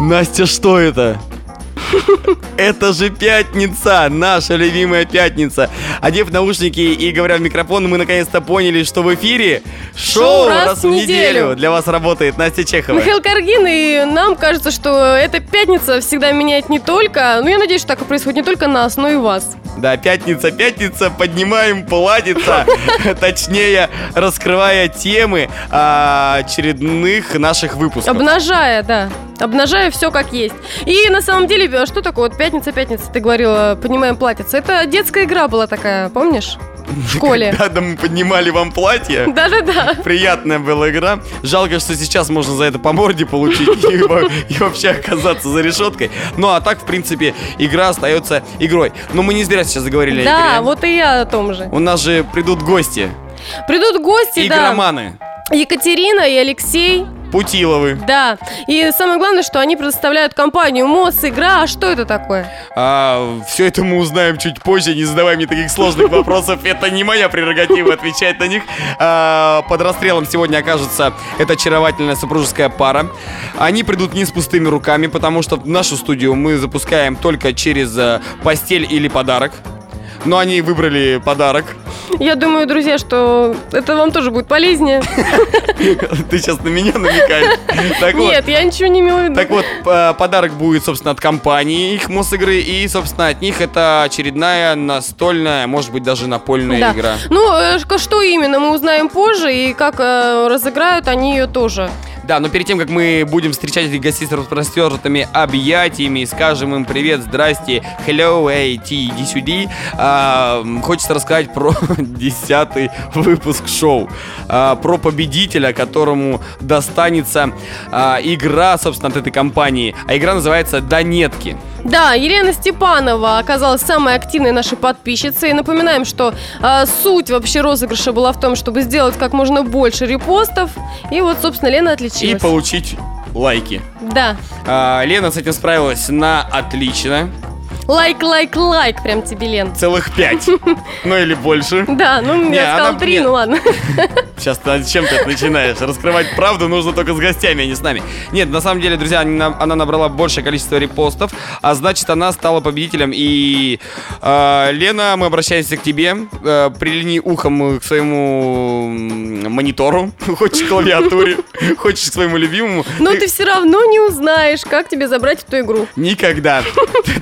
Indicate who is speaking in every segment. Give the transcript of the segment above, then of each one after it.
Speaker 1: Настя, что это? Это же пятница, наша любимая пятница. Одев наушники и говоря в микрофон, мы наконец-то поняли, что в эфире шоу, раз, в неделю. Для вас работает Настя Чехова.
Speaker 2: Михаил Каргин, и нам кажется, что эта пятница всегда меняет не только, ну я надеюсь, что так и происходит не только нас, но и вас.
Speaker 1: Да, пятница, пятница, поднимаем платьица, точнее, раскрывая темы а, очередных наших выпусков.
Speaker 2: Обнажая, да. Обнажая все как есть. И на самом деле, а что такое вот пятница-пятница, ты говорила, поднимаем платьица. Это детская игра была такая, помнишь? В школе.
Speaker 1: Да, да, мы поднимали вам платье.
Speaker 2: Да-да-да.
Speaker 1: Приятная была игра. Жалко, что сейчас можно за это по морде получить и, во- и вообще оказаться за решеткой. Ну а так, в принципе, игра остается игрой. Но мы не зря сейчас заговорили о игре.
Speaker 2: Да, вот и я о том же.
Speaker 1: У нас же придут гости.
Speaker 2: Придут гости, да.
Speaker 1: Игроманы.
Speaker 2: Екатерина и Алексей.
Speaker 1: Путиловы.
Speaker 2: Да. И самое главное, что они предоставляют компанию МОС, игра. А что это такое?
Speaker 1: все А, это мы узнаем чуть позже. Не задавай мне таких сложных вопросов. Это не моя прерогатива отвечать на них. А, под расстрелом сегодня окажется эта очаровательная супружеская пара. Они придут не с пустыми руками, потому что нашу студию мы запускаем только через э, постель или подарок. Но они выбрали подарок.
Speaker 2: Я думаю, друзья, что это вам тоже будет полезнее.
Speaker 1: Ты сейчас на меня намекаешь. Так вот.
Speaker 2: Нет, я ничего не имела в виду.
Speaker 1: Так вот, п- э, подарок будет, собственно, от компании их Мосигры, и, собственно, от них это очередная настольная, может быть, даже напольная
Speaker 2: Да.
Speaker 1: игра.
Speaker 2: Ну, э, ш- что именно, мы узнаем позже, и как э, разыграют они ее тоже.
Speaker 1: Да, но перед тем, как мы будем встречать этих гостей с распростертыми объятиями и скажем им привет, здрасте, hello, эй, ти, иди сюди, а, м, хочется рассказать про десятый выпуск шоу, а, про победителя, которому достанется а, игра, собственно, от этой компании. А игра называется «Донетки».
Speaker 2: Да, Елена Степанова оказалась самой активной нашей подписчицей. И напоминаем, что э, суть вообще розыгрыша была в том, чтобы сделать как можно больше репостов. И вот, собственно, Лена
Speaker 1: И
Speaker 2: отличилась.
Speaker 1: получить лайки.
Speaker 2: Да.
Speaker 1: А, Лена с этим справилась на отлично.
Speaker 2: Лайк, лайк, лайк, прям тебе, Лен.
Speaker 1: Целых пять. Ну или больше.
Speaker 2: Да, ну,
Speaker 1: Не,
Speaker 2: я сказала
Speaker 1: она-
Speaker 2: три,
Speaker 1: нет.
Speaker 2: ну ладно.
Speaker 1: Сейчас ты чем ты это начинаешь? Раскрывать правду нужно только с гостями, а не с нами. Нет, на самом деле, друзья, они нам- она набрала большее количество репостов, а значит, она стала победителем. И э, Лена, мы обращаемся к тебе. Э, прилини ухом к своему м, монитору, хочешь к клавиатуре, хочешь к своему любимому.
Speaker 2: Но ты все равно не узнаешь, как тебе забрать эту игру.
Speaker 1: Никогда.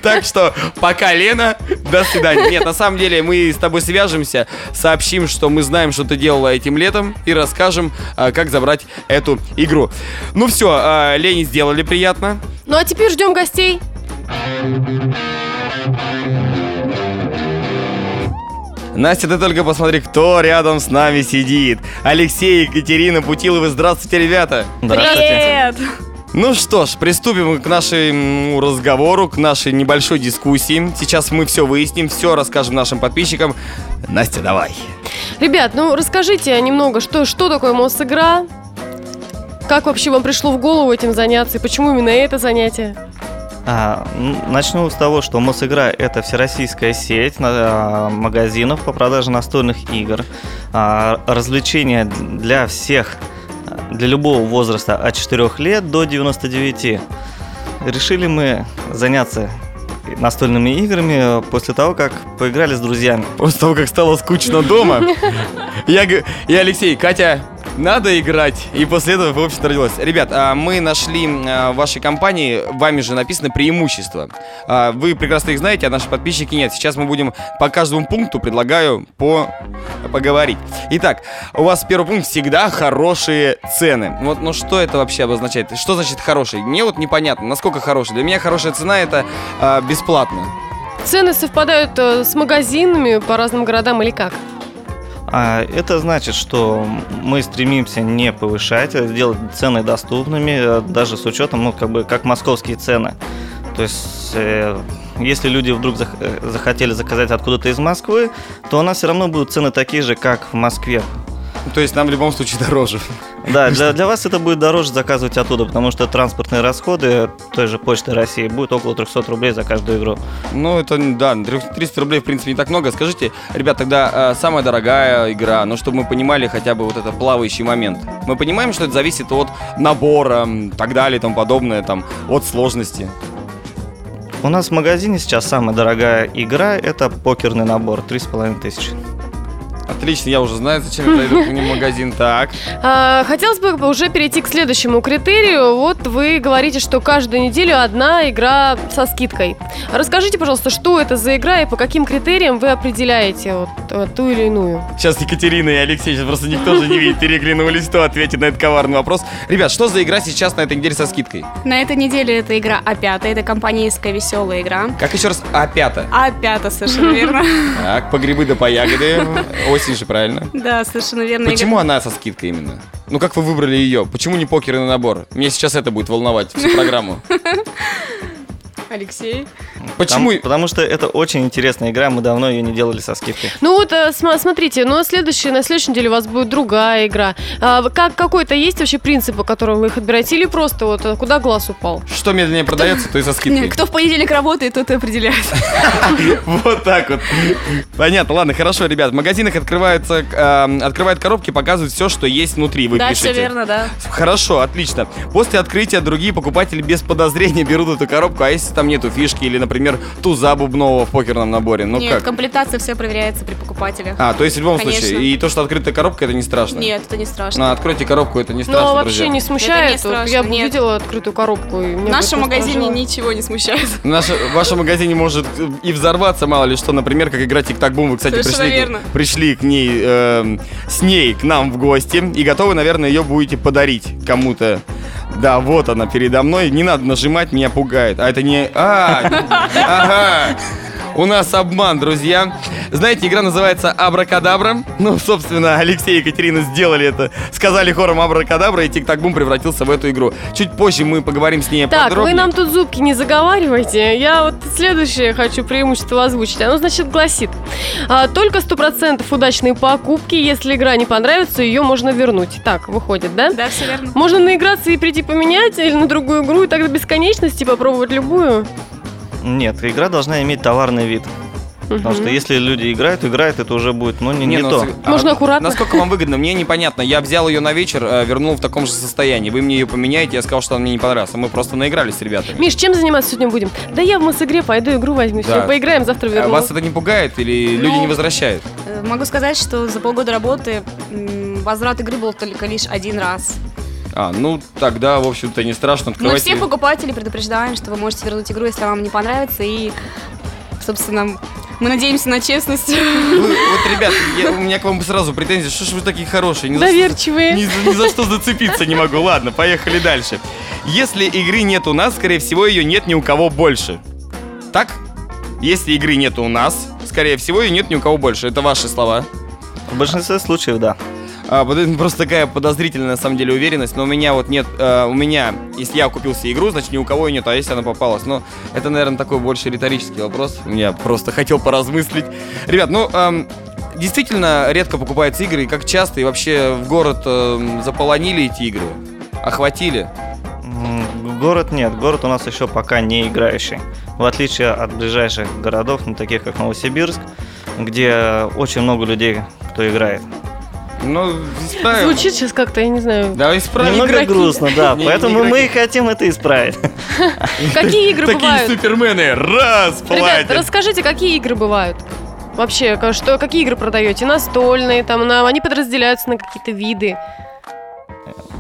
Speaker 1: Так что пока, Лена, до свидания. Нет, на самом деле мы с тобой свяжемся, сообщим, что мы знаем, что ты делала этим летом, и расскажем, а, как забрать эту игру. Ну все, а, Лене сделали приятно.
Speaker 2: Ну а теперь ждем гостей.
Speaker 1: Настя, ты только посмотри, кто рядом с нами сидит. Алексей, Екатерина, Путиловы, здравствуйте, ребята.
Speaker 2: Привет!
Speaker 1: Ну что ж, приступим к нашему разговору, к нашей небольшой дискуссии. Сейчас мы все выясним, все расскажем нашим подписчикам. Настя, давай.
Speaker 2: Ребят, ну расскажите немного, что, что такое МОС-игра? Как вообще вам пришло в голову этим заняться? И почему именно это занятие?
Speaker 3: А, м, начну с того, что Мосигра – это всероссийская сеть на- а, магазинов по продаже настольных игр. А, развлечения д- для всех, а, для любого возраста от 4 лет до 99. Решили мы заняться настольными играми после того, как поиграли с друзьями.
Speaker 1: После того, как стало скучно дома, я, г- я Алексей, Катя, надо играть. И после этого, в общем-то, родилось. Ребят, а, мы нашли м, а, в вашей компании, вами же написано преимущество. А, Вы прекрасно их знаете, а наши подписчики нет. Сейчас мы будем по каждому пункту, предлагаю, по поговорить. Итак, у вас первый пункт всегда хорошие цены. Вот, ну что это вообще обозначает? Что значит хороший? Мне вот непонятно, насколько хороший. Для меня хорошая цена это а, бесплатно.
Speaker 2: Цены совпадают э, с магазинами по разным городам или как?
Speaker 3: А, Это значит, что мы стремимся не повышать, а делать цены доступными, э, даже с учетом, ну, как бы, как московские цены. То есть, э, если люди вдруг зах- э, захотели заказать откуда-то из Москвы, то у нас все равно будут цены такие же, как в Москве.
Speaker 1: То есть нам в любом случае дороже.
Speaker 3: Да, для, для вас это будет дороже заказывать оттуда, потому что транспортные расходы той же Почты России будут около 300 рублей за каждую игру.
Speaker 1: Ну, это, да, 300 рублей, в принципе, не так много. Скажите, ребят, тогда э, самая дорогая игра, ну, чтобы мы понимали хотя бы вот этот плавающий момент. Мы понимаем, что это зависит от набора, м, так далее, и тому подобное, там, от сложности.
Speaker 3: У нас в магазине сейчас самая дорогая игра – это покерный набор, 3,5 тысячи.
Speaker 1: Отлично, я уже знаю, зачем я зайду к ним в магазин. Так,
Speaker 2: А, Хотелось бы уже перейти к следующему критерию. Вот вы говорите, что каждую неделю одна игра со скидкой. Расскажите, пожалуйста, что это за игра и по каким критериям вы определяете вот, э, ту или иную?
Speaker 1: сейчас Екатерина и Алексей, сейчас просто никто же не видит, переглянулись, кто ответит на этот коварный вопрос. Ребят, что за игра сейчас на этой неделе со скидкой?
Speaker 4: На этой неделе это игра А5, это компанейская веселая игра.
Speaker 1: Как еще раз? А5.
Speaker 4: А5, совершенно верно.
Speaker 1: Так, по грибы да по ягоды. Осень же, правильно?
Speaker 4: Да, совершенно верно. игра.
Speaker 1: Почему она со скидкой именно? Ну как вы выбрали ее? Почему не покерный набор? Мне сейчас это будет волновать всю программу.
Speaker 4: Алексей?
Speaker 1: Почему?
Speaker 3: Там- потому что это очень интересная игра, мы давно ее не делали со скидкой.
Speaker 2: Ну вот, э, сма- смотрите, но следующий, на следующей неделе у вас будет другая игра. А, вы- как, какой-то есть вообще принцип, по которому вы их отбираете? Или просто вот э, куда глаз упал?
Speaker 1: Что медленнее продается, то и со скидкой.
Speaker 4: Кто в понедельник работает, тот и определяет.
Speaker 1: Вот так вот. Понятно, ладно, хорошо, ребят. В магазинах открываются, э, открывают коробки, показывают все, что есть внутри. Вы
Speaker 4: Да,
Speaker 1: пишете.
Speaker 4: все верно, да.
Speaker 1: Хорошо, отлично. После открытия другие покупатели без подозрения берут эту коробку, а если там нету фишки или, например, туза бубнового в покерном наборе? Ну
Speaker 4: Нет,
Speaker 1: как?
Speaker 4: комплектация все проверяется при покупателях.
Speaker 1: А, то есть в любом
Speaker 4: Конечно.
Speaker 1: случае. И то, что открытая коробка, это не страшно?
Speaker 4: Нет, это не страшно.
Speaker 1: Ну, откройте коробку, это не
Speaker 2: Ну,
Speaker 1: страшно,
Speaker 2: а вообще
Speaker 1: друзья.
Speaker 2: не смущает? Вот
Speaker 4: страшно,
Speaker 2: Я бы
Speaker 4: нет.
Speaker 2: увидела открытую коробку. и
Speaker 4: В
Speaker 2: меня бы это
Speaker 4: нашем магазине
Speaker 2: насторожило.
Speaker 4: ничего не смущает.
Speaker 1: В наше- в вашем магазине может и взорваться, мало ли что, например, как игра Тик-Так-Бум. Вы, кстати,
Speaker 4: Совершенно
Speaker 1: пришли,
Speaker 4: верно.
Speaker 1: к- пришли к ней, эм, с ней к нам в гости и готовы, наверное, ее будете подарить кому-то. Да, вот она передо мной. Не надо нажимать, меня пугает. А это не... А, ага. У нас обман, друзья. Знаете, игра называется Абракадабра. Ну, собственно, Алексей и Екатерина сделали это. Сказали хором Абракадабра, и Тик-Так-Бум превратился в эту игру. Чуть позже мы поговорим с ней
Speaker 2: Так,
Speaker 1: подробнее.
Speaker 2: вы нам тут зубки не заговаривайте. Я вот следующее хочу преимущество озвучить. Оно, значит, гласит. а, только 100% удачные покупки. Если игра не понравится, ее можно вернуть. Так, выходит, да?
Speaker 4: Да, все верно.
Speaker 2: Можно наиграться и прийти поменять или на другую игру, и так до бесконечности попробовать любую.
Speaker 3: Нет, игра должна иметь товарный вид. Потому что
Speaker 2: Мгм.
Speaker 3: если люди играют, играют, это уже будет, ну, не, не
Speaker 1: ну,
Speaker 3: то.
Speaker 1: с-
Speaker 2: Можно аккуратно.
Speaker 1: Насколько вам выгодно? Мне непонятно. Я взял ее на вечер, э, вернул в таком же состоянии. Вы мне ее поменяете, я сказал, что она мне не понравилась. А Мы просто наигрались с ребятами.
Speaker 2: Миш, чем заниматься сегодня будем? Да я в Мосигре пойду игру возьму.
Speaker 1: Да.
Speaker 2: Сегодня поиграем, завтра
Speaker 1: А
Speaker 2: верну.
Speaker 1: Вас это не пугает или
Speaker 4: Ну,
Speaker 1: люди не возвращают?
Speaker 4: Э, Могу сказать, что за полгода работы м, возврат игры был только лишь один раз.
Speaker 1: А, ну тогда, в общем-то, не страшно.
Speaker 4: Мы
Speaker 1: Открывайте.
Speaker 4: Ну, все покупатели предупреждаем, что вы можете вернуть игру, если вам не понравится. И, собственно, мы надеемся на честность.
Speaker 1: Вы- вот, ребят, я- у меня к вам сразу претензии. Что ж вы такие хорошие? Ни за что-
Speaker 2: Доверчивые.
Speaker 1: Ни за, ни за что зацепиться не могу. Ладно, поехали дальше. Если игры нет у нас, скорее всего, ее нет ни у кого больше. Так? Если игры нет у нас, скорее всего, ее нет ни у кого больше. Это ваши слова.
Speaker 3: В большинстве случаев, да.
Speaker 1: А, вот это просто такая подозрительная, на самом деле, уверенность. Но у меня вот нет... э, у меня, если я купил себе игру, значит, ни у кого ее нет, а если она попалась. Но это, наверное, такой больше риторический вопрос. Я просто хотел поразмыслить. Ребят, ну... эм, Действительно редко покупаются игры, и как часто, и вообще в город эм, заполонили эти игры, охватили.
Speaker 3: М, Город нет, город у нас еще пока не играющий. В отличие от ближайших городов, ну, таких как Новосибирск, где очень много людей, кто играет.
Speaker 1: Ну, исправим.
Speaker 2: Звучит сейчас как-то, я не знаю.
Speaker 1: Да, исправим.
Speaker 3: Немного
Speaker 2: игроки.
Speaker 3: грустно, да,
Speaker 1: Не- не
Speaker 3: поэтому мы
Speaker 1: игроки.
Speaker 3: и хотим это исправить.
Speaker 2: Какие игры
Speaker 1: Такие
Speaker 2: бывают?
Speaker 1: супермены. Раз,
Speaker 2: Ребят,
Speaker 1: платят.
Speaker 2: расскажите, какие игры бывают? Вообще, ка- что, какие игры продаете? Настольные, там, на, они подразделяются на какие-то виды.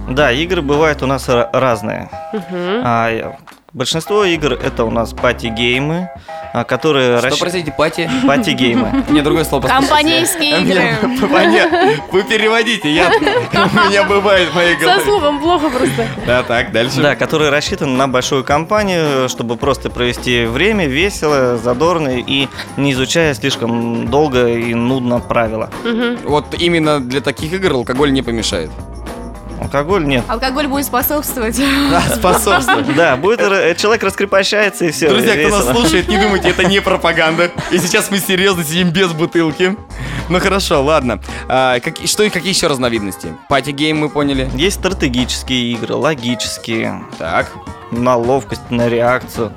Speaker 3: Да, игры бывают у нас ра- разные.
Speaker 2: Мгм.
Speaker 3: А, я- Большинство игр это у нас пати-геймы, а, которые
Speaker 1: Что,
Speaker 3: расщ-
Speaker 1: простите, пати?
Speaker 3: пати-геймы.
Speaker 1: Мне другое слово подскажите. А
Speaker 4: Компанейские игры.
Speaker 1: Понятно. Вы переводите, я... У меня бывает в моей
Speaker 2: Со
Speaker 1: голове.
Speaker 2: словом плохо просто.
Speaker 1: Да, так, дальше.
Speaker 3: Да, которые рассчитаны на большую компанию, чтобы просто провести время весело, задорно и не изучая слишком долго и нудно правила.
Speaker 2: Мгм.
Speaker 1: Вот именно для таких игр алкоголь не помешает.
Speaker 3: Алкоголь нет.
Speaker 4: Алкоголь будет способствовать.
Speaker 1: Способствует.
Speaker 3: Да, будет ра- человек раскрепощается и все.
Speaker 1: Друзья, кто нас слушает, не думайте, это не пропаганда. И сейчас мы серьезно сидим без бутылки. Ну хорошо, ладно. А, как- Что и какие еще разновидности? Пати-гейм мы поняли.
Speaker 3: Есть стратегические игры, логические,
Speaker 1: Так.
Speaker 3: на ловкость, на реакцию.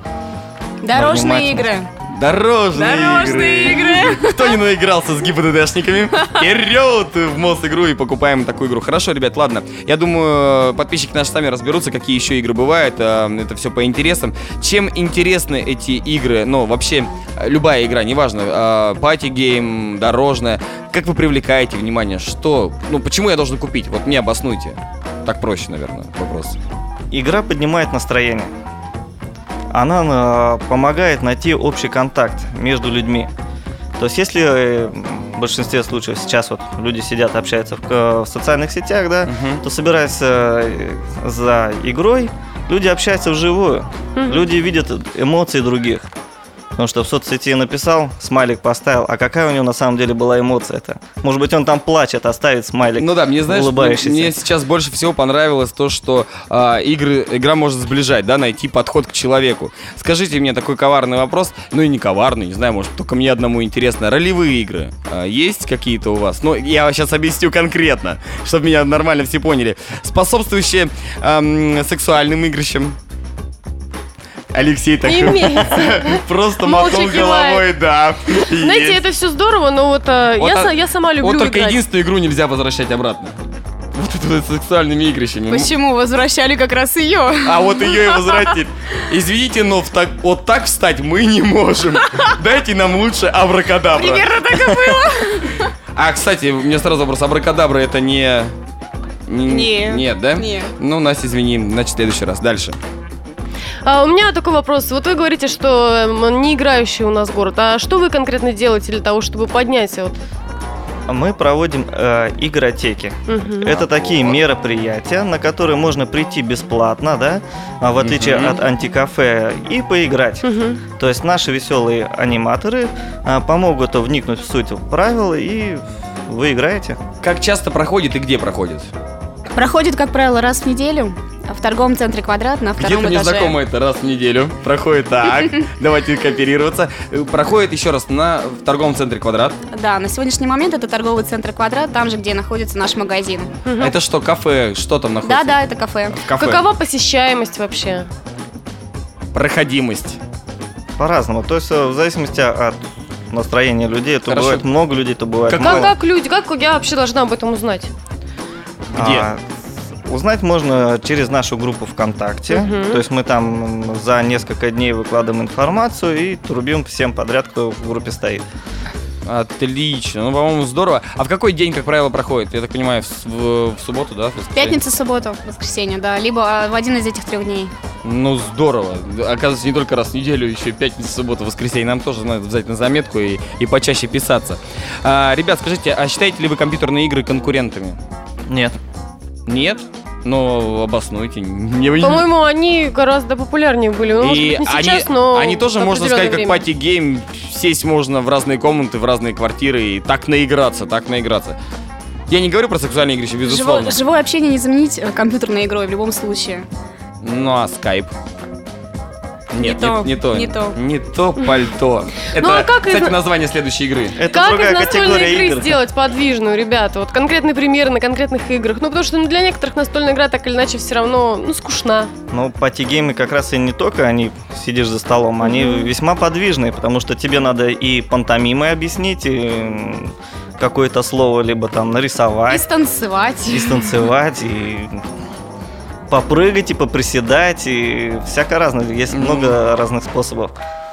Speaker 4: Дорожные
Speaker 3: Внимательно.
Speaker 4: игры.
Speaker 1: Дорожные,
Speaker 4: Дорожные игры.
Speaker 1: Кто не наигрался с ГИБДДшниками, вперед в МОС-игру и покупаем такую игру. Хорошо, ребят, ладно. Я думаю, подписчики наши сами разберутся, какие еще игры бывают. Э, Это все по интересам. Чем интересны эти игры? Ну, вообще, э, любая игра, неважно, пати-гейм, дорожная. Как вы привлекаете внимание? Что? Ну, почему я должен купить? Вот мне обоснуйте. Так проще, наверное, вопрос.
Speaker 3: Игра поднимает настроение. Она э, помогает найти общий контакт между людьми. То есть, если э, в большинстве случаев сейчас вот люди сидят, общаются в, к- в социальных сетях, да,
Speaker 1: Мгм.
Speaker 3: то собираясь э, за игрой, люди общаются вживую.
Speaker 2: Мгм.
Speaker 3: Люди видят эмоции других. Потому что в соцсети написал, смайлик поставил, а какая у него на самом деле была эмоция-то? Может быть, он там плачет, оставит смайлик.
Speaker 1: Ну да, мне знаешь,
Speaker 3: улыбающийся.
Speaker 1: мне сейчас больше всего понравилось то, что а, игры, игра может сближать, да, найти подход к человеку. Скажите мне такой коварный вопрос, ну и не коварный, не знаю, может только мне одному интересно. Ролевые игры а, есть какие-то у вас? Ну, я сейчас объясню конкретно, чтобы меня нормально все поняли. Способствующие ам, сексуальным игрищам. Алексей так
Speaker 2: Имеется.
Speaker 1: просто
Speaker 2: Молча
Speaker 1: мотнул головой,
Speaker 2: кивает.
Speaker 1: да.
Speaker 2: Знаете,
Speaker 1: есть.
Speaker 2: это все здорово, но вот а,
Speaker 1: Вот
Speaker 2: я
Speaker 1: а-
Speaker 2: са- я сама люблю
Speaker 1: Вот только
Speaker 2: играть.
Speaker 1: единственную игру нельзя возвращать обратно. Вот это вот с сексуальными игрищами.
Speaker 4: Почему? Возвращали как раз ее.
Speaker 1: А вот ее и возвратит. Извините, но в так, вот так встать мы не можем. Дайте нам лучше абракадабра.
Speaker 4: Примерно так и было.
Speaker 1: А, кстати, у меня сразу вопрос. Абракадабра это не... не-
Speaker 4: Не.
Speaker 1: Нет, да?
Speaker 4: Не.
Speaker 1: Ну, нас извини, значит, в следующий раз. Дальше.
Speaker 2: А, у меня такой вопрос. Вот вы говорите, что м, не играющий у нас город. А что вы конкретно делаете для того, чтобы поднять вот?
Speaker 3: Мы проводим э, игротеки.
Speaker 2: Мгм.
Speaker 3: Это такие мероприятия, на которые можно прийти бесплатно, да, а, в отличие
Speaker 1: Мгм.
Speaker 3: от антикафе, и поиграть.
Speaker 2: Мгм.
Speaker 3: То есть наши веселые аниматоры а, помогут вникнуть в суть правил, и вы играете.
Speaker 1: Как часто проходит и где проходит?
Speaker 4: Проходит, как правило, раз в неделю в торговом центре «Квадрат» на
Speaker 1: Где-то
Speaker 4: втором
Speaker 1: мне знакомо
Speaker 4: этаже.
Speaker 1: это раз в неделю. Проходит так. Давайте кооперироваться. Э, Проходит еще раз на в торговом центре «Квадрат».
Speaker 4: Да, на сегодняшний момент это торговый центр «Квадрат», там же, где находится наш магазин.
Speaker 2: Мгм.
Speaker 1: А Это что, кафе? Что там находится?
Speaker 4: Да-да, это кафе.
Speaker 1: В кафе.
Speaker 2: Какова посещаемость вообще?
Speaker 1: Проходимость.
Speaker 3: По-разному. То есть э, в зависимости от настроения людей, то
Speaker 1: Хорошо.
Speaker 3: бывает много людей, то бывает
Speaker 1: Как-
Speaker 2: Как,
Speaker 3: мало.
Speaker 2: как люди, как я вообще должна об этом узнать?
Speaker 1: Где?
Speaker 3: А, Узнать можно через нашу группу ВКонтакте.
Speaker 2: Мгм.
Speaker 3: То есть мы там м, за несколько дней выкладываем информацию и трубим всем подряд, кто в группе стоит.
Speaker 1: Отлично, ну, по-моему, здорово. А в какой день, как правило, проходит? Я так понимаю, в, с- в- в субботу, да? в воскресенье?
Speaker 4: Пятница, суббота, воскресенье, да, либо а, в один из этих трех дней.
Speaker 1: Ну, здорово. Оказывается, не только раз в неделю, еще и пятница, суббота, воскресенье. Нам тоже надо взять на заметку и, и почаще писаться. А, ребят, скажите, а считаете ли вы компьютерные игры конкурентами?
Speaker 3: Нет.
Speaker 1: Нет? Ну, обоснуйте. Не-
Speaker 2: По-моему, они гораздо популярнее были. Ну, может
Speaker 1: И
Speaker 2: быть, не
Speaker 1: они,
Speaker 2: сейчас, но
Speaker 1: они тоже,
Speaker 2: в
Speaker 1: можно сказать, как
Speaker 2: определенное время.
Speaker 1: пати-гейм. Сесть можно в разные комнаты, в разные квартиры и так наиграться, так наиграться. Я не говорю про сексуальные игры, безусловно.
Speaker 4: Живо- Живое общение не заменить э, компьютерной игрой в любом случае.
Speaker 1: Ну а скайп? Нет,
Speaker 4: Не то,
Speaker 1: не, то.
Speaker 4: не то.
Speaker 1: Не то пальто. Это,
Speaker 2: Ну, а как
Speaker 1: кстати,
Speaker 2: из-
Speaker 1: название следующей игры.
Speaker 3: Это
Speaker 2: Как из
Speaker 3: другая
Speaker 2: настольной
Speaker 3: категория
Speaker 2: игры
Speaker 3: игр.
Speaker 2: сделать подвижную, ребята? Вот конкретный пример на конкретных играх. Ну, потому что ну, для некоторых настольная игра так или иначе все равно ну, скучна.
Speaker 3: Ну, пати-геймы как раз и не только они сидишь за столом, они весьма подвижные, потому что тебе надо и пантомимой объяснить, и м, какое-то слово либо там
Speaker 1: А
Speaker 4: И
Speaker 3: нарисовать,
Speaker 4: станцевать.
Speaker 3: и станцевать, и попрыгать, и поприседать, и всяко разное. Есть
Speaker 1: Мгм.
Speaker 3: много разных способов.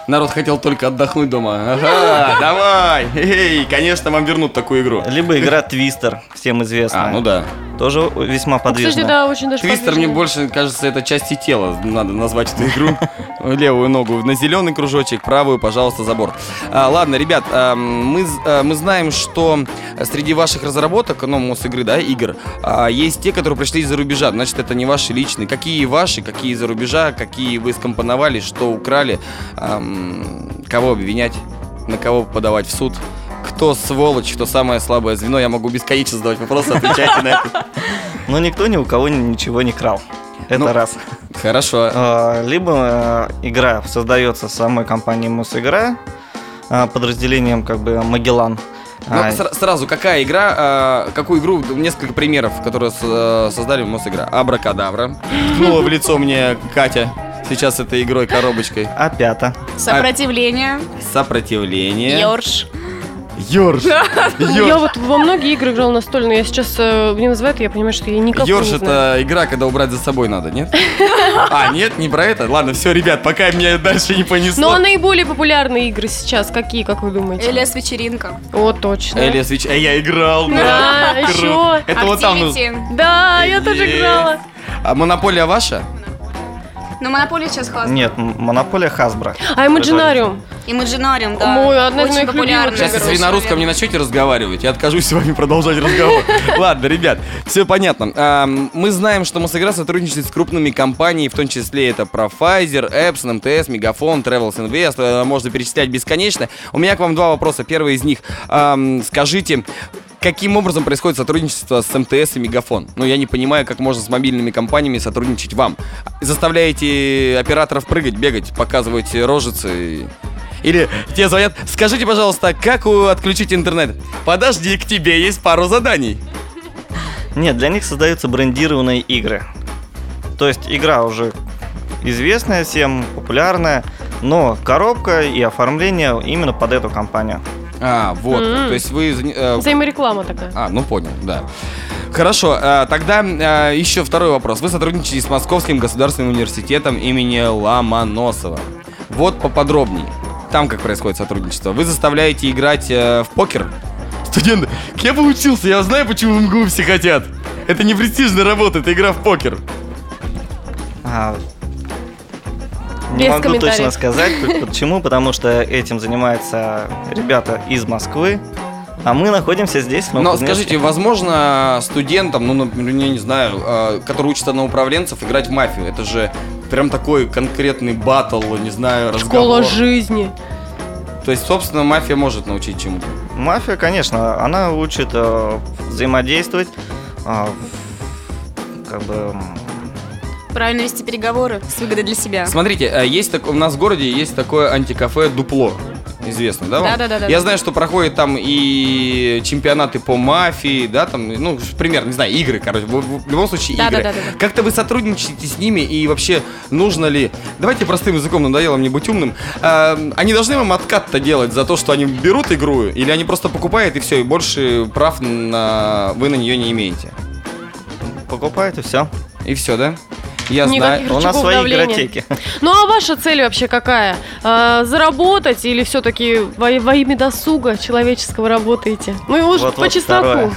Speaker 1: Народ хотел только отдохнуть дома. Ага, давай. Эй, конечно, вам вернут такую игру.
Speaker 3: Либо игра Твистер, всем известная.
Speaker 1: А, ну да.
Speaker 3: Тоже весьма
Speaker 2: Ну, кстати,
Speaker 3: подвижная.
Speaker 2: да, очень даже
Speaker 1: Твистер, мне
Speaker 2: подвижная.
Speaker 1: больше кажется, это части тела. Надо назвать эту игру. Левую ногу на зеленый кружочек, правую, пожалуйста, за борт. А, ладно, ребят, а, мы, з- а, мы знаем, что среди ваших разработок, ну, мос игры, да, игр, а, есть те, которые пришли из-за рубежа. Значит, это не ваши личные. Какие ваши, какие из-за рубежа, какие вы скомпоновали, что украли, ам, кого обвинять, на кого подавать в суд. Кто сволочь, кто самое слабое звено? Я могу бесконечно задавать вопросы, отвечайте на это.
Speaker 3: Но никто ни у кого ни- ничего не крал. Это
Speaker 1: Ну,
Speaker 3: раз.
Speaker 1: Хорошо.
Speaker 3: А, Либо э, игра создается самой компанией Мосигра, а, подразделением как бы Магеллан.
Speaker 1: Ну,
Speaker 3: А,
Speaker 1: сра- сразу, какая игра, э, какую игру, несколько примеров, которые с- э, создали в Мосигра. Абракадабра. Ткнула в лицо мне Катя сейчас с этой игрой коробочкой.
Speaker 3: Опята.
Speaker 1: а
Speaker 4: Сопротивление.
Speaker 1: Сопротивление.
Speaker 4: Йорш.
Speaker 1: Ёрш.
Speaker 2: Я
Speaker 1: Ёрш.
Speaker 2: вот во многие игры играл настольные. Я сейчас э, мне называют, я понимаю, что я никак не
Speaker 1: Ёрш
Speaker 2: знаю.
Speaker 1: это игра, когда убрать за собой надо, нет? А, нет, не про это. Ладно, все, ребят, пока меня дальше не
Speaker 2: Ну а
Speaker 1: понесло.
Speaker 2: наиболее популярные игры сейчас какие, как вы думаете?
Speaker 4: Элес вечеринка.
Speaker 2: О, точно.
Speaker 1: Элиас Вич, а я играл, да.
Speaker 2: Да,
Speaker 1: Круто.
Speaker 2: еще.
Speaker 1: Это вот там. ну,
Speaker 4: Activity.
Speaker 2: Да, я тоже
Speaker 1: Есть.
Speaker 2: играла.
Speaker 1: А монополия ваша?
Speaker 4: Ну, Монополия сейчас классная.
Speaker 3: Нет, м- монополия Хасбро.
Speaker 2: А Imaginarium?
Speaker 4: Имаджинариум, да.
Speaker 2: Мой, одна из
Speaker 4: Очень
Speaker 2: моих
Speaker 4: популярная
Speaker 2: любимых
Speaker 4: игра.
Speaker 1: Сейчас, если вы на русском не начнете разговаривать, я откажусь с вами продолжать разговор. Ладно, ребят, все понятно. А, м, Мы знаем, что Мосигра сотрудничает с крупными компаниями, в том числе это Profizer, Epson, МТС, Мегафон, Travels Invest, э, можно перечислять бесконечно. У меня к вам два вопроса. Первый из них. Ам, Скажите, Каким образом происходит сотрудничество с МТС и Мегафон? Ну, я не понимаю, как можно с мобильными компаниями сотрудничать вам. Заставляете операторов прыгать, бегать, показывать рожицы. и- Или те звонят, скажите, пожалуйста, как у- отключить интернет? Подожди, к тебе есть пару заданий.
Speaker 3: Нет, для них создаются брендированные игры. То есть игра уже известная всем, популярная, но коробка и оформление именно под эту компанию.
Speaker 1: А, вот.
Speaker 2: М.
Speaker 1: То есть вы... зани- э,
Speaker 2: Взаимореклама такая.
Speaker 1: А, ну понял, да. Хорошо, э, тогда э, еще второй вопрос. Вы сотрудничаете с Московским государственным университетом имени Ломоносова. Вот поподробнее. Там как происходит сотрудничество. Вы заставляете играть э, в покер? Студенты, я получился, я знаю, почему в МГУ все хотят. Это не престижная работа, это игра в покер.
Speaker 3: А, Не
Speaker 2: Без
Speaker 3: могу
Speaker 2: комментариев.
Speaker 3: точно сказать, п- почему, потому что этим занимаются ребята из Москвы, а мы находимся здесь. в
Speaker 1: Но
Speaker 3: Новокузнецке.
Speaker 1: скажите, возможно студентам, ну, например, я не знаю, э, которые учатся на управленцев, играть в мафию? Это же прям такой конкретный батл, не знаю,
Speaker 2: Школа
Speaker 1: разговор.
Speaker 2: жизни.
Speaker 1: То есть, собственно, мафия может научить чему-то.
Speaker 3: Мафия, конечно, она учит э, взаимодействовать, э, как бы м,
Speaker 4: Правильно вести переговоры с выгодой для себя.
Speaker 1: Смотрите, э, есть так, у нас в городе есть такое антикафе «Дупло». Известно, да? вам?
Speaker 4: Да-да-да-да.
Speaker 1: Я знаю, что проходят там и чемпионаты по мафии, да, там, ну, примерно, не знаю, игры, короче, в, в- в любом случае игры.
Speaker 4: Да-да-да-да-да.
Speaker 1: Как-то вы сотрудничаете с ними и вообще нужно ли... Давайте простым языком, надоело мне быть умным. Э, они должны вам откат-то делать за то, что они берут игру, или они просто покупают и все, и больше прав на... вы на нее не имеете?
Speaker 3: покупает и все.
Speaker 1: И все, да? Я
Speaker 2: Никаких
Speaker 1: знаю.
Speaker 3: У нас
Speaker 2: Рычагов
Speaker 3: свои
Speaker 2: давления.
Speaker 3: игротеки.
Speaker 2: Ну а ваша цель вообще какая? А, заработать или все-таки во, во имя досуга человеческого работаете? Ну уж
Speaker 3: Вот,
Speaker 2: по
Speaker 3: вот
Speaker 2: чистоку.
Speaker 3: второе.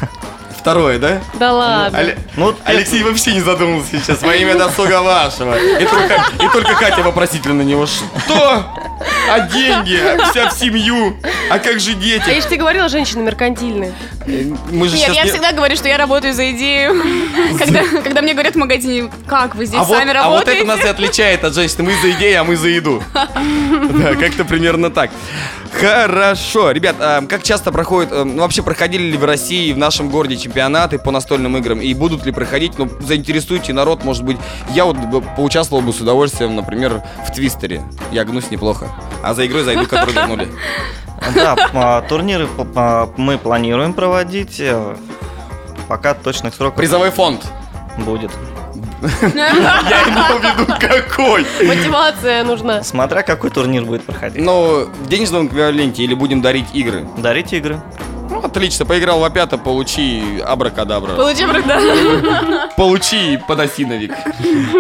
Speaker 1: Второе, да?
Speaker 2: Да ладно.
Speaker 1: Алле-
Speaker 3: Ну, вот
Speaker 1: Алексей вообще не задумался сейчас. Во имя досуга вашего. И только, и только Катя вопросительно на него. Что? А деньги? А вся в семью? А как же
Speaker 2: А я
Speaker 1: дети?
Speaker 2: же тебе говорила, женщины меркантильные.
Speaker 1: Мы же
Speaker 4: Нет,
Speaker 1: сейчас
Speaker 4: я
Speaker 1: не-
Speaker 4: всегда говорю, что я работаю за идею. Когда, когда мне говорят в магазине, как вы здесь
Speaker 1: а вот,
Speaker 4: сами
Speaker 1: а вот это
Speaker 4: работаете?
Speaker 1: нас и отличает от женщин. Мы за идеи, а мы за еду. Да, как-то примерно так. Хорошо. Ребят, а как часто проходят, э, ну, вообще проходили ли в России, и в нашем городе чемпионаты по настольным играм? И будут ли проходить? Ну, заинтересуйте народ, может быть. Я вот бы поучаствовал бы с удовольствием, например, в Твистере. Я гнусь неплохо. А за игрой зайду, которую вернули.
Speaker 3: Да, п- а, турниры п- а, мы планируем проводить. э, Пока точных сроков
Speaker 1: Призовой фонд.
Speaker 3: будет.
Speaker 1: Я имел в
Speaker 4: ну
Speaker 1: виду какой.
Speaker 2: Мотивация нужна.
Speaker 3: Смотря какой турнир будет проходить.
Speaker 1: Ну, в денежном эквиваленте или будем дарить игры?
Speaker 3: Дарить игры.
Speaker 1: Ну, отлично. Поиграл в опята, получи абракадабра.
Speaker 4: Получи правда.
Speaker 1: Получи подосиновик.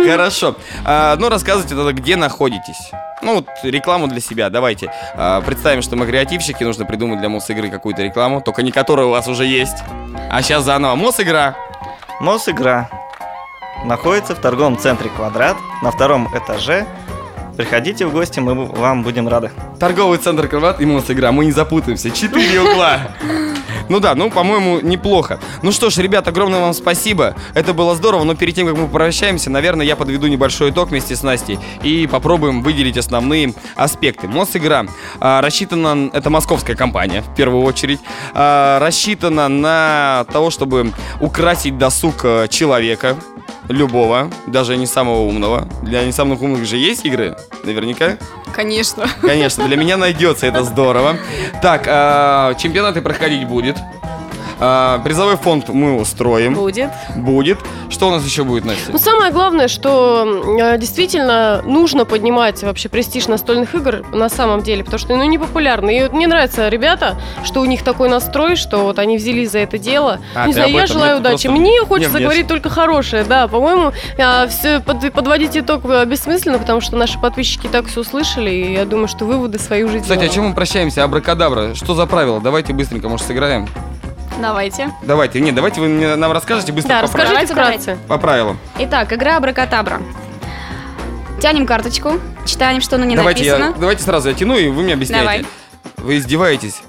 Speaker 1: Хорошо. А, Ну, рассказывайте тогда, где находитесь. Ну, вот рекламу для себя, давайте. А, Представим, что мы креативщики, нужно придумать для Мосигры какую-то рекламу, только не которая у вас уже есть. А сейчас заново. Мосигра.
Speaker 3: Мос игра находится в торговом центре Квадрат на втором этаже. Приходите в гости, мы бу- вам будем рады.
Speaker 1: Торговый центр Кроват и Мосигра. Мы не запутаемся. Четыре угла. Ну да, ну, по-моему, неплохо. Ну что ж, ребят, огромное вам спасибо. Это было здорово, но перед тем, как мы попрощаемся, наверное, я подведу небольшой итог вместе с Настей и попробуем выделить основные аспекты. Мосигра а, рассчитана, это московская компания, в первую очередь, а, рассчитана на того, чтобы украсить досуг э, человека, любого, даже не самого умного. Для не самых умных же есть игры, наверняка.
Speaker 4: Конечно.
Speaker 1: Конечно, для меня найдется, это здорово. Так, а, чемпионаты проходить будет. А, Призовой фонд мы устроим.
Speaker 4: Будет.
Speaker 1: Будет. Что у нас еще будет, Настя?
Speaker 2: Ну, самое главное, что э, действительно нужно поднимать вообще престиж настольных игр на самом деле, потому что, ну, не популярно. И вот мне нравятся ребята, что у них такой настрой, что вот они взялись за это дело.
Speaker 1: А,
Speaker 2: не
Speaker 1: ты
Speaker 2: знаю,
Speaker 1: об
Speaker 2: я
Speaker 1: этом,
Speaker 2: желаю
Speaker 1: это
Speaker 2: удачи.
Speaker 1: просто-
Speaker 2: Мне хочется
Speaker 1: мне-
Speaker 2: говорить только хорошее, да. По-моему, все подводить итог э, бессмысленно, потому что наши подписчики и так все услышали, и я думаю, что выводы свои уже
Speaker 1: Кстати, а о
Speaker 2: сделала.
Speaker 1: чем мы прощаемся? Абракадабра. Что за правило? Давайте быстренько, может, сыграем.
Speaker 4: Давайте.
Speaker 1: Давайте, нет, давайте вы мне- нам расскажете быстро
Speaker 2: Да,
Speaker 1: по, прав-
Speaker 2: расскажите
Speaker 4: Давайте,
Speaker 2: вкратце.
Speaker 1: по правилам.
Speaker 4: Итак, игра Абракатабра. Тянем карточку, читаем, что на ней
Speaker 1: давайте, я,
Speaker 4: написано.
Speaker 1: давайте сразу я тяну, и вы мне объясняете.
Speaker 4: Давай.
Speaker 1: Вы издеваетесь.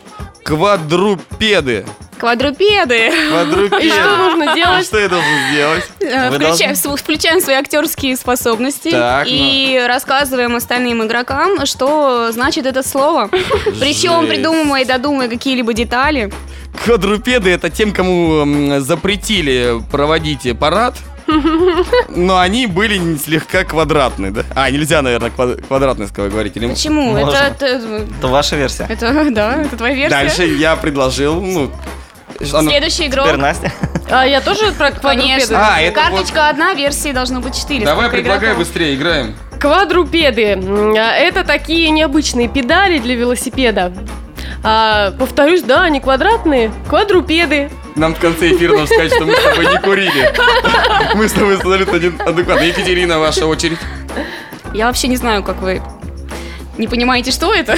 Speaker 1: Квадрупеды.
Speaker 4: Квадрупеды.
Speaker 2: И что
Speaker 3: Ну
Speaker 1: Квадрупеды.
Speaker 2: нужно делать?
Speaker 1: Что я должен сделать?
Speaker 4: Э,
Speaker 3: Вы
Speaker 4: Включаем, св- включаем свои актерские способности
Speaker 1: Так, ну.
Speaker 4: и рассказываем остальным игрокам, что значит это слово. Причем
Speaker 1: Жесть.
Speaker 4: придумывая и додумывая какие-либо детали.
Speaker 1: Квадрупеды это тем, кому м, запретили проводить парад. Но они были не- слегка квадратны, да? А, нельзя, наверное, квад- квадратные сказать, говорить. или-
Speaker 4: Почему?
Speaker 3: Можно.
Speaker 4: Это, это,
Speaker 3: Это ваша версия.
Speaker 4: это- да, это твоя версия.
Speaker 1: Дальше я предложил, ну... ш- оно-
Speaker 4: Следующий игрок.
Speaker 3: Теперь Настя.
Speaker 2: А я тоже про квадрупеды.
Speaker 4: Конечно.
Speaker 1: А, это
Speaker 4: Карточка одна, версии должно быть четыре.
Speaker 1: Давай
Speaker 4: Сколько
Speaker 1: предлагай
Speaker 4: игроков?
Speaker 1: быстрее, играем.
Speaker 2: Квадрупеды. М, а, Это такие необычные педали для велосипеда. А, повторюсь, да, они квадратные. Квадрупеды.
Speaker 1: Нам в конце эфира нужно сказать, что мы с тобой не курили. Мы с тобой абсолютно один адекватно. Екатерина, ваша очередь.
Speaker 4: Я вообще не знаю, как вы не понимаете, что это.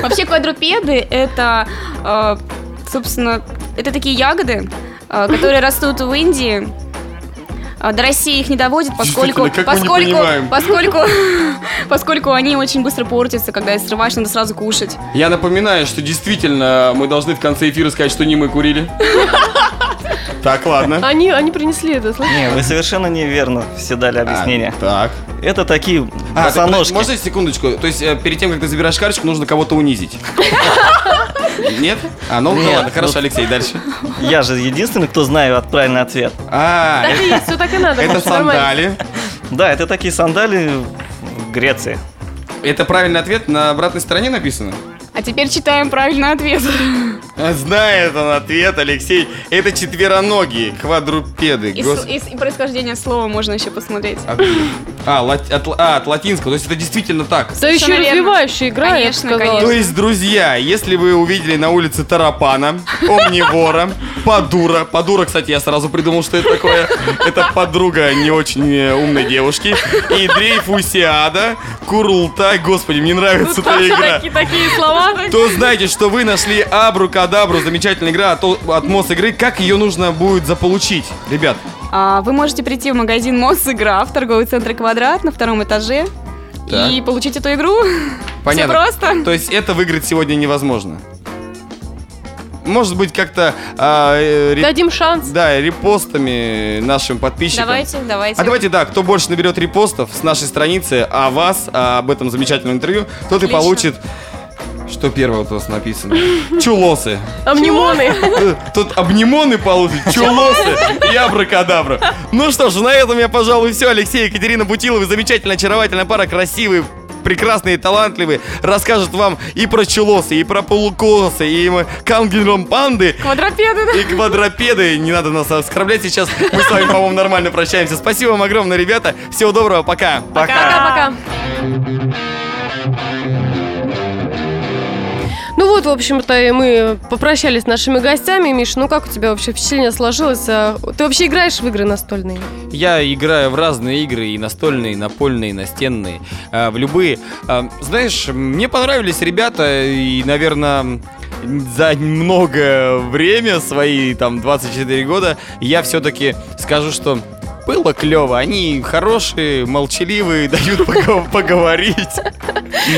Speaker 4: Вообще квадрупеды — это, э, собственно, это такие ягоды, э, которые растут в Индии. А До России их не доводят, поскольку,
Speaker 1: Действительно, как мы не
Speaker 4: поскольку,
Speaker 1: понимаем.
Speaker 4: поскольку, поскольку они очень быстро портятся, когда их срываешь, надо сразу кушать.
Speaker 1: Я напоминаю, что действительно мы должны в конце эфира сказать, что не мы курили. Так, ладно.
Speaker 2: Они, они принесли это, слышишь?
Speaker 3: Не, вы совершенно неверно все дали объяснение.
Speaker 1: А, Так.
Speaker 3: Это такие
Speaker 1: А, так,
Speaker 3: босоножки.
Speaker 1: Можно секундочку? То есть э, перед тем, как ты забираешь карточку, нужно кого-то унизить. Нет? А, ну ну
Speaker 3: Нет,
Speaker 1: ладно,
Speaker 3: ну-
Speaker 1: хорошо, Алексей, дальше.
Speaker 3: Я же единственный, кто знает правильный ответ.
Speaker 1: А,
Speaker 2: Так и есть, все так и надо.
Speaker 1: это
Speaker 2: всё нормально.
Speaker 1: сандали.
Speaker 3: Да, это такие сандали в Греции.
Speaker 1: Это правильный ответ на обратной стороне написано?
Speaker 4: А теперь читаем правильный ответ.
Speaker 1: Знает он ответ, Алексей. Это четвероногие квадрупеды.
Speaker 4: И,
Speaker 1: Гос-
Speaker 4: с- и с- и происхождение слова можно еще посмотреть.
Speaker 1: А, а, лат- от, а, от латинского. То есть это действительно так.
Speaker 2: Да еще
Speaker 4: Совершенно верно.
Speaker 2: развивающая игра, я бы
Speaker 4: Конечно,
Speaker 2: сказала.
Speaker 4: конечно.
Speaker 1: То есть, друзья, если вы увидели на улице тарапана, омнивора, подура. Подура, кстати, я сразу придумал, что это такое. Это подруга не очень э, умной девушки. И дрейфусиада, курултай. Господи, мне нравится
Speaker 2: Тут
Speaker 1: эта
Speaker 2: Ну, тоже
Speaker 1: игра.
Speaker 2: такие, такие слова.
Speaker 1: То знайте, что вы нашли Абру-Кадабру, замечательная игра от, от МОС игры. Как ее нужно будет заполучить, ребят?
Speaker 4: А, Вы можете прийти в магазин Мосигра в торговый центр «Квадрат» на втором этаже
Speaker 1: Так.
Speaker 4: и получить эту игру.
Speaker 1: Понятно.
Speaker 4: Все просто.
Speaker 1: То есть это выиграть сегодня невозможно. Может быть, как-то а, э, ре-
Speaker 2: Дадим шанс.
Speaker 1: да, репостами нашим подписчикам.
Speaker 4: Давайте, давайте.
Speaker 1: А давайте, да, кто больше наберет репостов с нашей страницы о вас, а, об этом замечательном интервью, тот и
Speaker 4: Отлично.
Speaker 1: получит... Что первое вот у вас написано? Чулосы.
Speaker 2: Амнимоны.
Speaker 1: Э, Тут обнимоны получит, чулосы и абракадабра. Ну что ж, на этом я, пожалуй, все. Алексей и Екатерина Бутиловы, замечательная, очаровательная пара, красивые, прекрасные, талантливые, расскажут вам и про чулосы, и про полукосы, и кангелом панды,
Speaker 4: Квадропеды, да?
Speaker 1: и квадропеды. Не надо нас оскорблять сейчас. Мы с вами, по-моему, нормально прощаемся. Спасибо вам огромное, ребята. Всего доброго, пока.
Speaker 2: Пока-пока. Ну вот, в общем-то, и мы попрощались с нашими гостями. Миш, ну как у тебя вообще впечатление сложилось? А, Ты вообще играешь в игры настольные?
Speaker 1: Я играю в разные игры, и настольные, и напольные, и настенные, э, в любые. Э, Знаешь, мне понравились ребята, и, наверное, за много время, свои там 24 года, я все-таки скажу, что было клево. Они хорошие, молчаливые, дают пого- поговорить.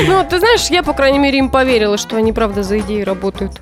Speaker 2: Ну, ты знаешь, я, по крайней мере, им поверила, что они правда за идеи работают.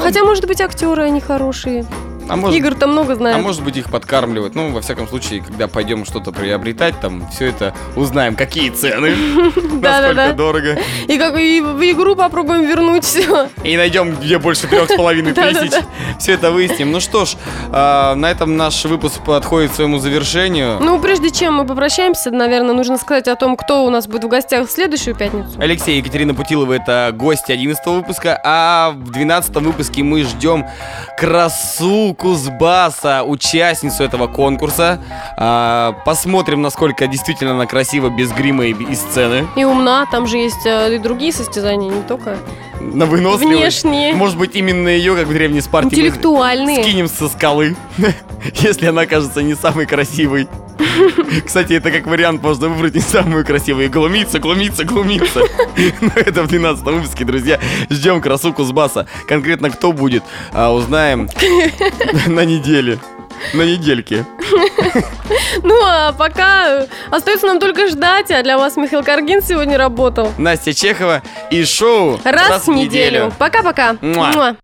Speaker 2: Хотя, может быть, актеры они хорошие.
Speaker 1: Ну, А может,
Speaker 2: Игр-то много
Speaker 1: а
Speaker 2: знает.
Speaker 1: может быть их подкармливают. Ну, во всяком случае, когда пойдем что-то приобретать, там все это узнаем, какие цены, насколько
Speaker 2: Да-да-да.
Speaker 1: дорого.
Speaker 2: И как и в игру попробуем вернуть все.
Speaker 1: И найдем, где больше трех с половиной тысяч. Все это выясним. Ну что ж, а, на этом наш выпуск подходит к своему завершению.
Speaker 2: Ну, прежде чем мы попрощаемся, наверное, нужно сказать о том, кто у нас будет в гостях в следующую пятницу.
Speaker 1: Алексей и Екатерина Путилова это гости 11 выпуска, а в 12 выпуске мы ждем красу Кузбасса, участницу этого конкурса. А, Посмотрим, насколько действительно она красива без грима и и сцены.
Speaker 2: И умна, там же есть э, и другие состязания, не только
Speaker 1: На выносливость.
Speaker 2: внешние,
Speaker 1: Может быть, именно ее, как в древней Спарте, мы
Speaker 2: интеллектуальные.
Speaker 1: скинем со скалы, если она кажется не самой красивой. Кстати, это как вариант, можно выбрать не самую красивую. И Глумиться, глумиться, глумиться. Но это в 12 выпуске, друзья. Ждем красу Кузбасса. Конкретно кто будет, а, узнаем на неделе. На недельке.
Speaker 2: Ну, а пока э, остается нам только ждать, а для вас Михаил Каргин сегодня работал.
Speaker 1: Настя Чехова и шоу
Speaker 2: Раз, в неделю. Пока-пока.
Speaker 1: Муа.
Speaker 2: Муа.